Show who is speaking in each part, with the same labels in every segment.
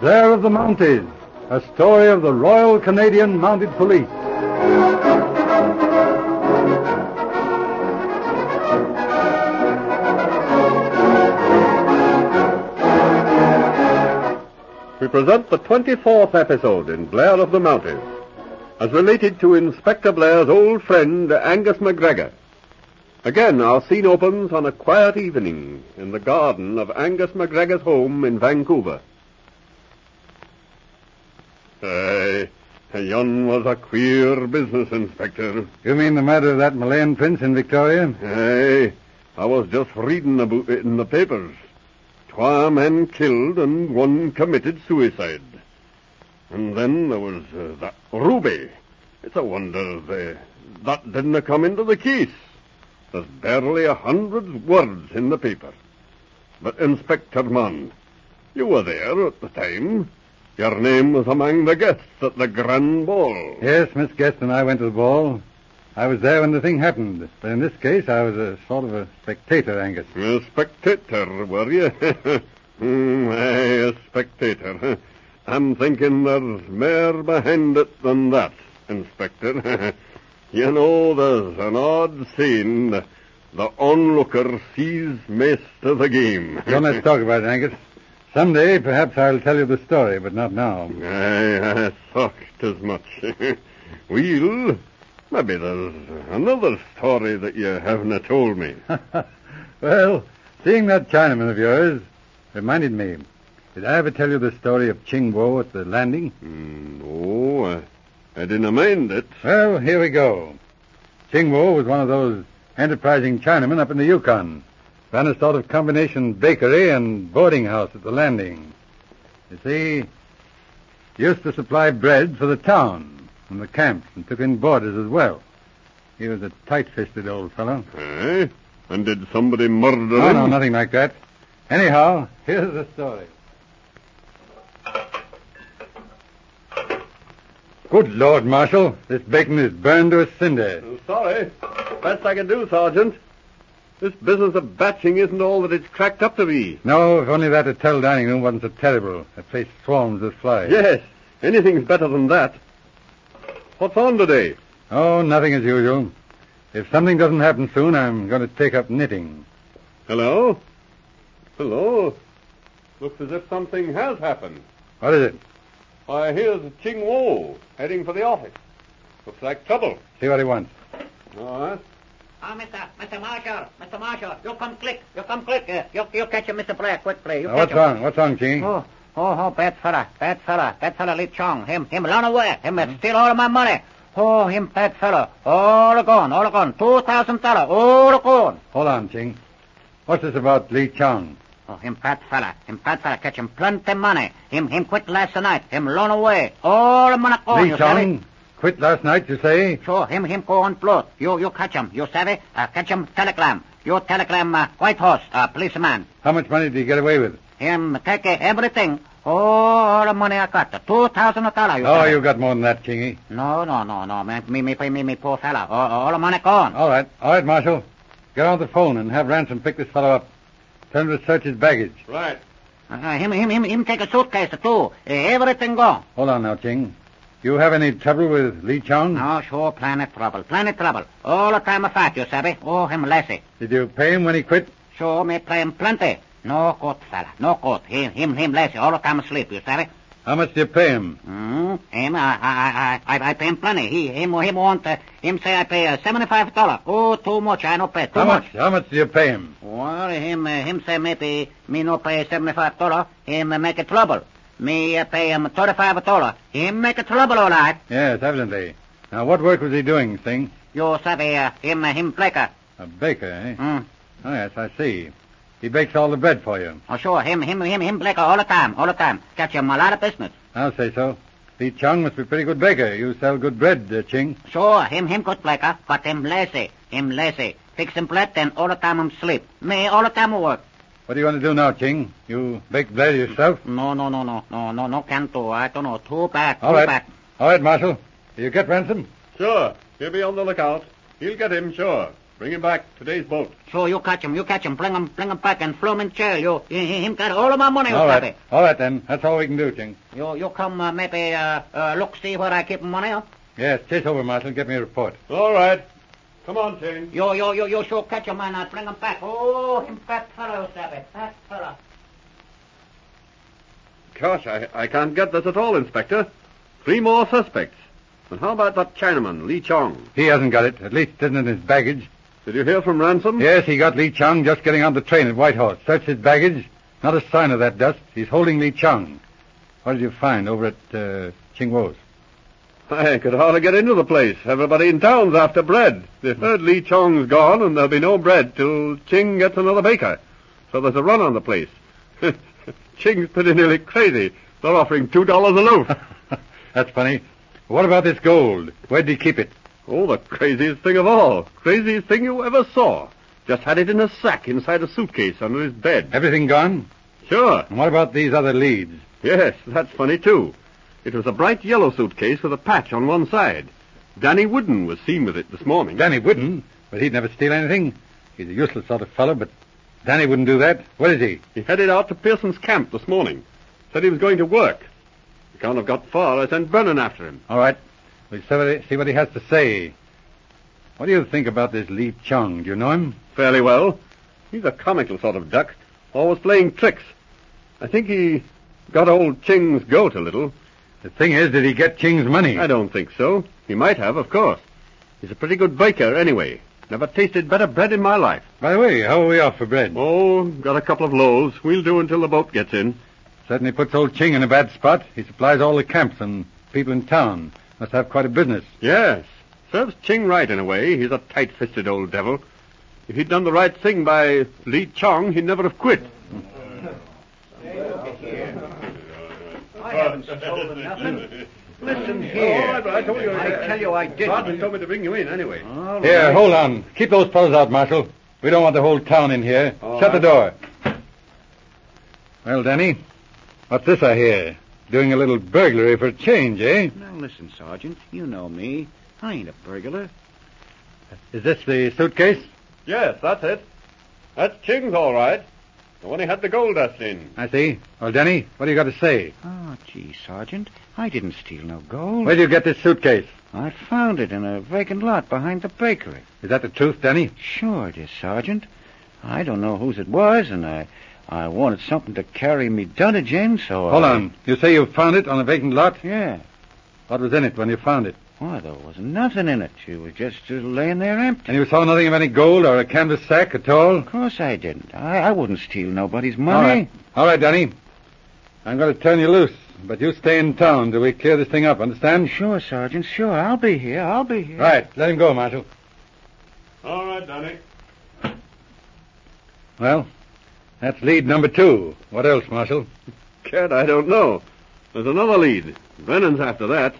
Speaker 1: There of the Mounties, a story of the Royal Canadian Mounted Police.
Speaker 2: We present the 24th episode in Blair of the Mounties, as related to Inspector Blair's old friend, Angus MacGregor. Again, our scene opens on a quiet evening in the garden of Angus MacGregor's home in Vancouver. Aye, yon was a queer business, Inspector.
Speaker 1: You mean the murder of that Malayan prince in Victoria?
Speaker 2: Aye, I was just reading about it in the papers. Twa men killed and one committed suicide. And then there was uh, that Ruby. It's a wonder they, that didn't come into the case. There's barely a hundred words in the paper. But Inspector Mann, you were there at the time. Your name was among the guests at the grand ball.
Speaker 1: Yes, Miss Guest and I went to the ball. I was there when the thing happened, but in this case I was a sort of a spectator, Angus.
Speaker 2: A spectator, were you? Hmm, aye, a spectator. I'm thinking there's more behind it than that, Inspector. you know, there's an odd scene. The onlooker sees most of the game.
Speaker 1: Don't let's talk about it, Angus. Someday, perhaps I'll tell you the story, but not now.
Speaker 2: Aye, I thought as much. well, maybe there's another story that you haven't told me.
Speaker 1: well, seeing that Chinaman of yours reminded me. Did I ever tell you the story of Ching Wo at the landing?
Speaker 2: Hmm, no, I, I didn't mind it.
Speaker 1: Well, here we go. Ching Wo was one of those enterprising Chinamen up in the Yukon. Ran a sort of combination bakery and boarding house at the landing. You see, used to supply bread for the town and the camps and took in boarders as well. He was a tight-fisted old fellow. Oh,
Speaker 2: Aye? Eh? And did somebody murder
Speaker 1: No,
Speaker 2: him?
Speaker 1: no, nothing like that. Anyhow, here's the story. Good Lord, Marshal. This bacon is burned to a cinder.
Speaker 2: I'm Oh, Sorry. Best I can do, Sergeant. This business of batching isn't all that it's cracked up to be.
Speaker 1: No, if only that hotel dining room wasn't so terrible. The place swarms with flies.
Speaker 2: Yes, anything's better than that. What's on today?
Speaker 1: Oh, nothing as usual. If something doesn't happen soon, I'm going to take up knitting.
Speaker 2: Hello? Hello? Looks as if something has happened.
Speaker 1: What is it?
Speaker 2: Why, here's Ching Wo heading for the office. Looks like trouble.
Speaker 1: See what he wants.
Speaker 2: All right.
Speaker 3: Oh, Mr. Mr. Marshall, Mr. Marshall, you come quick, you come quick. Uh, you, you catch him, Mr. Blair, quickly. You
Speaker 1: Now,
Speaker 3: catch
Speaker 1: what's
Speaker 3: him.
Speaker 1: wrong? What's wrong, Ching?
Speaker 3: Oh, oh, oh, bad fella, bad fella, bad fella, Lee Chong. Him, him, run away. Him,
Speaker 1: Hmm.
Speaker 3: uh, steal all of my money. Oh, him, bad fella. All gone, all gone. Two thousand dollar, all gone.
Speaker 1: Hold on, Ching. What's this about Lee Chong?
Speaker 3: Oh, him, bad fella, him, bad fella, catch him, plenty money. Him, him, quit last night. Him, run away. All the money gone.
Speaker 1: Lee
Speaker 3: Oh, you savvy?
Speaker 1: Chong quit last night, you say?
Speaker 3: Sure, him, him, go on float. You, you catch him. You savvy? Uh, catch him, telegram. You telegram, uh, White Horse, uh, policeman.
Speaker 1: How much money did he get away with?
Speaker 3: Him take everything. Oh, all the money I got. Two thousand dollars.
Speaker 1: Oh, you got more than that, Chingy.
Speaker 3: No, no, no, no. Me, me, me, me, me poor fella. All, all the money gone.
Speaker 1: All right, all right, Marshal. Get on the phone and have Ransom pick this fellow up. Tell him to search his baggage.
Speaker 2: Right.
Speaker 3: Uh, him, him, him, him take a suitcase too. Eh, Everything gone.
Speaker 1: Hold on now, Ching. You have any trouble with Lee Chong?
Speaker 3: No, sure, planet trouble, planet trouble. All the time I fight, you savvy. Oh, him lassie.
Speaker 1: Did you pay him when he quit?
Speaker 3: Sure, me play him plenty. No good, fella. No good. Him, him, him lassie. All the time asleep, you savvy.
Speaker 1: How much did you pay him?
Speaker 3: Hmm. Him, I, I, I, I, I pay him plenty. He, him, him want, uh, him say I pay uh, seventy-five dollar. Oh, too much. I no pay. Too
Speaker 1: How much? How much did you pay him?
Speaker 3: Well, him, uh, him say maybe me no pay seventy-five dollar. Him uh, make a trouble. Me uh, pay him thirty-five dollar. Him make a trouble all right.
Speaker 1: Yes, evidently. Now, what work was he doing, Singh?
Speaker 3: You savvy, uh, him, uh, him flicker.
Speaker 1: A baker, eh?
Speaker 3: Mm.
Speaker 1: Oh, yes, I see. He bakes all the bread for you.
Speaker 3: Oh, sure, him, him, him, him flicker all the time, all the time. Catch him a lot of business.
Speaker 1: I'll say so. Lee Chong must be a pretty good baker. You sell good bread, uh, Ching.
Speaker 3: Sure, him, him good flicker, but him lazy, him lazy. Fix him plate, then all the time him sleep. Me all the time I work.
Speaker 1: What do you want to do now, Ching? You bake bread yourself?
Speaker 3: No, no, no, no, no, no, no, can't do. I don't know. Too bad, too
Speaker 1: All right.
Speaker 3: bad.
Speaker 1: All right, Marshal. Do you get ransom?
Speaker 2: Sure. He'll be on the lookout. He'll get him, sure. Bring him back. Today's boat.
Speaker 3: So you catch him, you catch him, bring him, bring him back and flum in jail. You, he- he- him got all of my money, you
Speaker 1: all right.
Speaker 3: copy.
Speaker 1: All right, then. That's all we can do, Ching.
Speaker 3: You, you come uh, maybe uh, uh, look see where I keep money. Huh?
Speaker 1: Yes, chase over, Marshal. Get me a report.
Speaker 2: All right. Come on, Ting.
Speaker 3: You, you, you, you sure catch him, man. I bring him back. Oh, him fat fellow, Savvy, fat fellow.
Speaker 2: Gosh, I, I can't get this at all, Inspector. Three more suspects. And how about that Chinaman, Lee Chong?
Speaker 1: He hasn't got it. At least it isn't in his baggage.
Speaker 2: Did you hear from Ransom?
Speaker 1: Yes, he got Lee Chung just getting on the train at Whitehorse. Searched his baggage. Not a sign of that dust. He's holding Lee Chung. What did you find over at uh, Ching Wo's?
Speaker 2: I could hardly get into the place. Everybody in town's after bread. They've heard Lee Chong's gone, and there'll be no bread till Ching gets another baker. So there's a run on the place. Ching's pretty nearly crazy. They're offering two dollars a loaf.
Speaker 1: That's funny. What about this gold? Where did he keep it?
Speaker 2: Oh, the craziest thing of all. Craziest thing you ever saw. Just had it in a sack inside a suitcase under his bed.
Speaker 1: Everything gone?
Speaker 2: Sure.
Speaker 1: And what about these other leads?
Speaker 2: Yes, that's funny, too. It was a bright yellow suitcase with a patch on one side. Danny Wooden was seen with it this morning.
Speaker 1: Danny wouldn't, but he'd never steal anything. He's a useless sort of fellow, but Danny wouldn't do that. Where is he?
Speaker 2: He headed out to Pearson's camp this morning. Said he was going to work. He can't have got far. I sent Vernon after him.
Speaker 1: All right. We'll see what he- see what he has to say. What do you think about this Lee Chung? Do you know him?
Speaker 2: Fairly well. He's a comical sort of duck, always playing tricks. I think he got old Ching's goat a little.
Speaker 1: The thing is, did he get Ching's money?
Speaker 2: I don't think so. He might have, of course. He's a pretty good baker, anyway. Never tasted better bread in my life.
Speaker 1: By the way, how are we off for bread?
Speaker 2: Oh, got a couple of loaves. We'll do until the boat gets in.
Speaker 1: Certainly puts old Ching in a bad spot. He supplies all the camps and people in town. Must have quite a business.
Speaker 2: Yes. Serves Ching right in a way. He's a tight-fisted old devil. If he'd done the right thing by Lee Chong, he'd never have quit.
Speaker 3: I haven't stolen nothing. Listen here.
Speaker 2: Oh, I told you.
Speaker 3: I tell you I didn't. Oh.
Speaker 2: Rodman told me to bring you in anyway.
Speaker 1: Here, hold on. Keep those fellows out, Marshal. We don't want the whole town in here.
Speaker 2: All
Speaker 1: Shut
Speaker 2: right.
Speaker 1: the door. Well, Danny, what's this I hear? Doing a little burglary for a change, eh?
Speaker 4: Now listen, Sergeant. You know me. I ain't a burglar.
Speaker 1: Is this the suitcase?
Speaker 2: Yes, that's it. That's Ching's all right. The one he had the gold dust in.
Speaker 1: I see. Well, Danny, what do you got to say?
Speaker 4: Oh, gee, Sergeant. I didn't steal no gold.
Speaker 1: Where'd you get this suitcase?
Speaker 4: I found it in a vacant lot behind the bakery.
Speaker 1: Is that the truth, Danny?
Speaker 4: Sure it is, Sergeant. I don't know whose it was, and I, I wanted something to carry me dunnage in, so
Speaker 1: Hold
Speaker 4: I-
Speaker 1: on. You say you found it on a vacant lot?
Speaker 4: Yeah.
Speaker 1: What was in it when you found it?
Speaker 4: Why, there wasn't nothing in it. It was just uh, laying there empty.
Speaker 1: And you saw nothing of any gold or a canvas sack at all?
Speaker 4: Of course I didn't. I, I wouldn't steal nobody's
Speaker 1: All
Speaker 4: money.
Speaker 1: right. All right, Danny. I'm going to turn you loose, but you stay in town till we clear this thing up, understand?
Speaker 4: Sure, Sergeant. Sure. I'll be here. I'll be here.
Speaker 1: Right. Let him go, Marshal.
Speaker 2: All right, Danny.
Speaker 1: Well, that's lead number two. What else, Marshal?
Speaker 2: Kid, I don't know. There's another lead. Brennan's after that.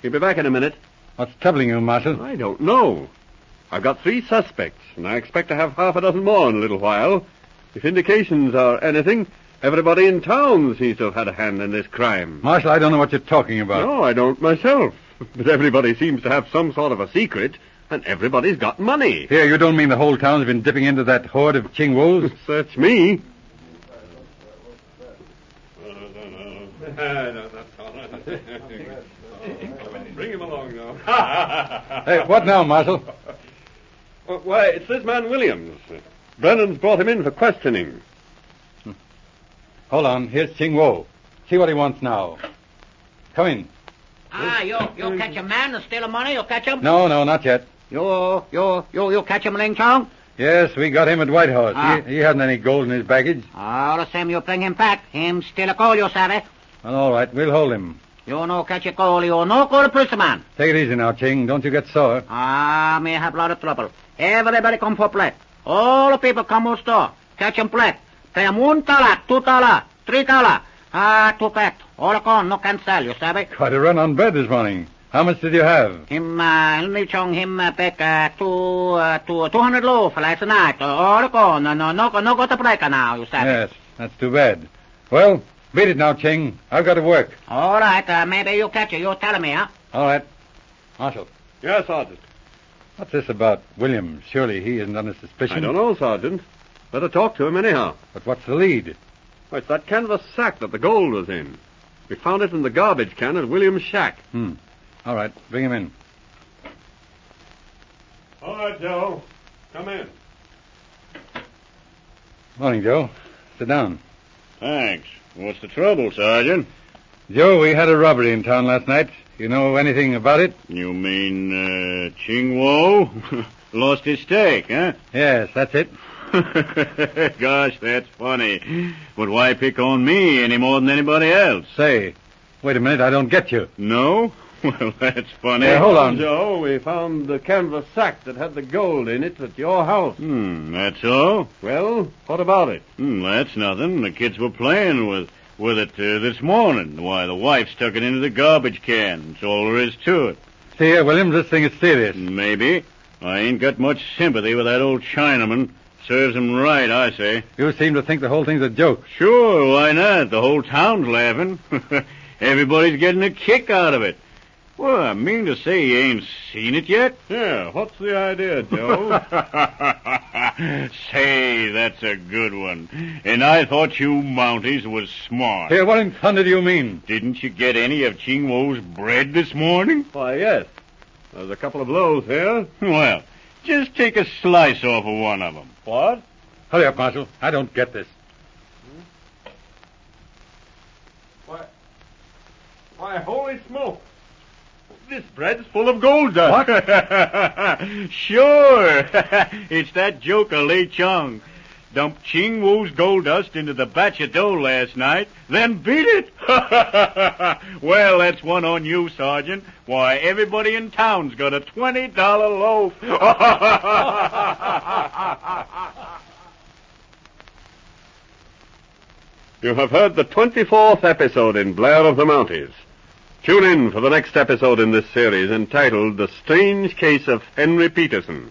Speaker 2: He'll be back in a minute.
Speaker 1: What's troubling you, Marshal?
Speaker 2: I don't know. I've got three suspects, and I expect to have half a dozen more in a little while. If indications are anything, everybody in town seems to have had a hand in this crime.
Speaker 1: Marshal, I don't know what you're talking about.
Speaker 2: No, I don't myself. But everybody seems to have some sort of a secret, and everybody's got money.
Speaker 1: Here, you don't mean the whole town's been dipping into that horde of Ching Wos?
Speaker 2: Search me. Bring him along now.
Speaker 1: hey, what now, Marshal?
Speaker 2: Well, Why, it's this man Williams. Brennan's brought him in for questioning.
Speaker 1: Hold on. Here's Ching Wo. See what he wants now. Come in.
Speaker 3: Ah, you, you catch a man and steal the money, you catch him?
Speaker 1: No, no, not yet.
Speaker 3: You, you, you, you catch him, Ling Chong?
Speaker 1: Yes, we got him at Whitehorse.
Speaker 3: Ah.
Speaker 1: He, he hasn't any gold in his baggage.
Speaker 3: All the same, you bring him back. Him steal a goal, you savvy.
Speaker 1: Well, all right, we'll hold him.
Speaker 3: You no catch a goal, you no go to prison, man.
Speaker 1: Take it easy now, Ching. Don't you get sore.
Speaker 3: Ah, me have lot of trouble. Everybody come for black. All the people come to store. Catch 'em black. Pay 'em one dollar, two dollar, three dollar. Ah, too bad. All gone, no can sell, you savvy.
Speaker 1: Quite a run on bread this morning. How much did you have?
Speaker 3: Him, uh, Lee Chong, him uh, back uh, two, uh, two, 200 loaf last night. Uh, all gone, no, no, no, go- no go to break now, you savvy.
Speaker 1: Yes, that's too bad. Well, beat it now, Ching. I've got to work.
Speaker 3: All right, uh, maybe you catch it, you tell me, huh?
Speaker 1: All right. Marshal.
Speaker 2: Yes, Sergeant.
Speaker 1: What's this about Williams? Surely he isn't under suspicion.
Speaker 5: I don't know, Sergeant. Better talk to him anyhow.
Speaker 1: But what's the lead?
Speaker 5: Why, it's that canvas sack that the gold was in. We found it in the garbage can at William's shack.
Speaker 1: Hmm. All right, bring him in.
Speaker 5: All right, Joe. Come in.
Speaker 1: Morning, Joe. Sit down.
Speaker 2: Thanks. What's the trouble, Sergeant?
Speaker 1: Joe, we had a robbery in town last night. You know anything about it?
Speaker 2: You mean, uh, Ching Wo? Lost his stake, huh?
Speaker 1: Yes, that's it.
Speaker 2: Gosh, that's funny. But why pick on me any more than anybody else?
Speaker 1: Say, wait a minute, I don't get you.
Speaker 2: No? Well, that's funny.
Speaker 1: Hey, hold on.
Speaker 5: Joe, we found the canvas sack that had the gold in it at your house.
Speaker 2: Hmm, that's all?
Speaker 5: Well, what about it?
Speaker 2: Hmm, that's nothing. The kids were playing with with it uh, this morning. Why, the wife stuck it into the garbage can. That's all there is to it.
Speaker 1: See here, Williams, this thing is serious.
Speaker 5: Hmm.
Speaker 2: Maybe. I ain't got much sympathy with that old Chinaman. Serves him right, I say.
Speaker 1: You seem to think the whole thing's a joke.
Speaker 2: Sure, why not? The whole town's laughing. Everybody's getting a kick out of it. Well, I mean to say you ain't seen it yet.
Speaker 5: Yeah, what's the idea, Joe?
Speaker 2: say, that's a good one. And I thought you Mounties was smart.
Speaker 1: Here, what in thunder do you mean?
Speaker 2: Didn't you get any of Ching Wo's bread this morning?
Speaker 5: Why, yes. There's a couple of loaves here.
Speaker 2: Well, just take a slice off of one of 'em.
Speaker 5: What?
Speaker 1: Hurry up, Marshal. I don't get this.
Speaker 5: Why, why, holy smoke. This bread's full of gold dust.
Speaker 2: sure. it's that joker, Lee Chung. Dumped Ching Wu's gold dust into the batch of dough last night, then beat it. well, that's one on you, Sergeant. Why, everybody in town's got a $20 loaf.
Speaker 5: You have heard the 24th episode in Blair of the Mounties. Tune in for the next episode in this series entitled The Strange Case of Henry Peterson.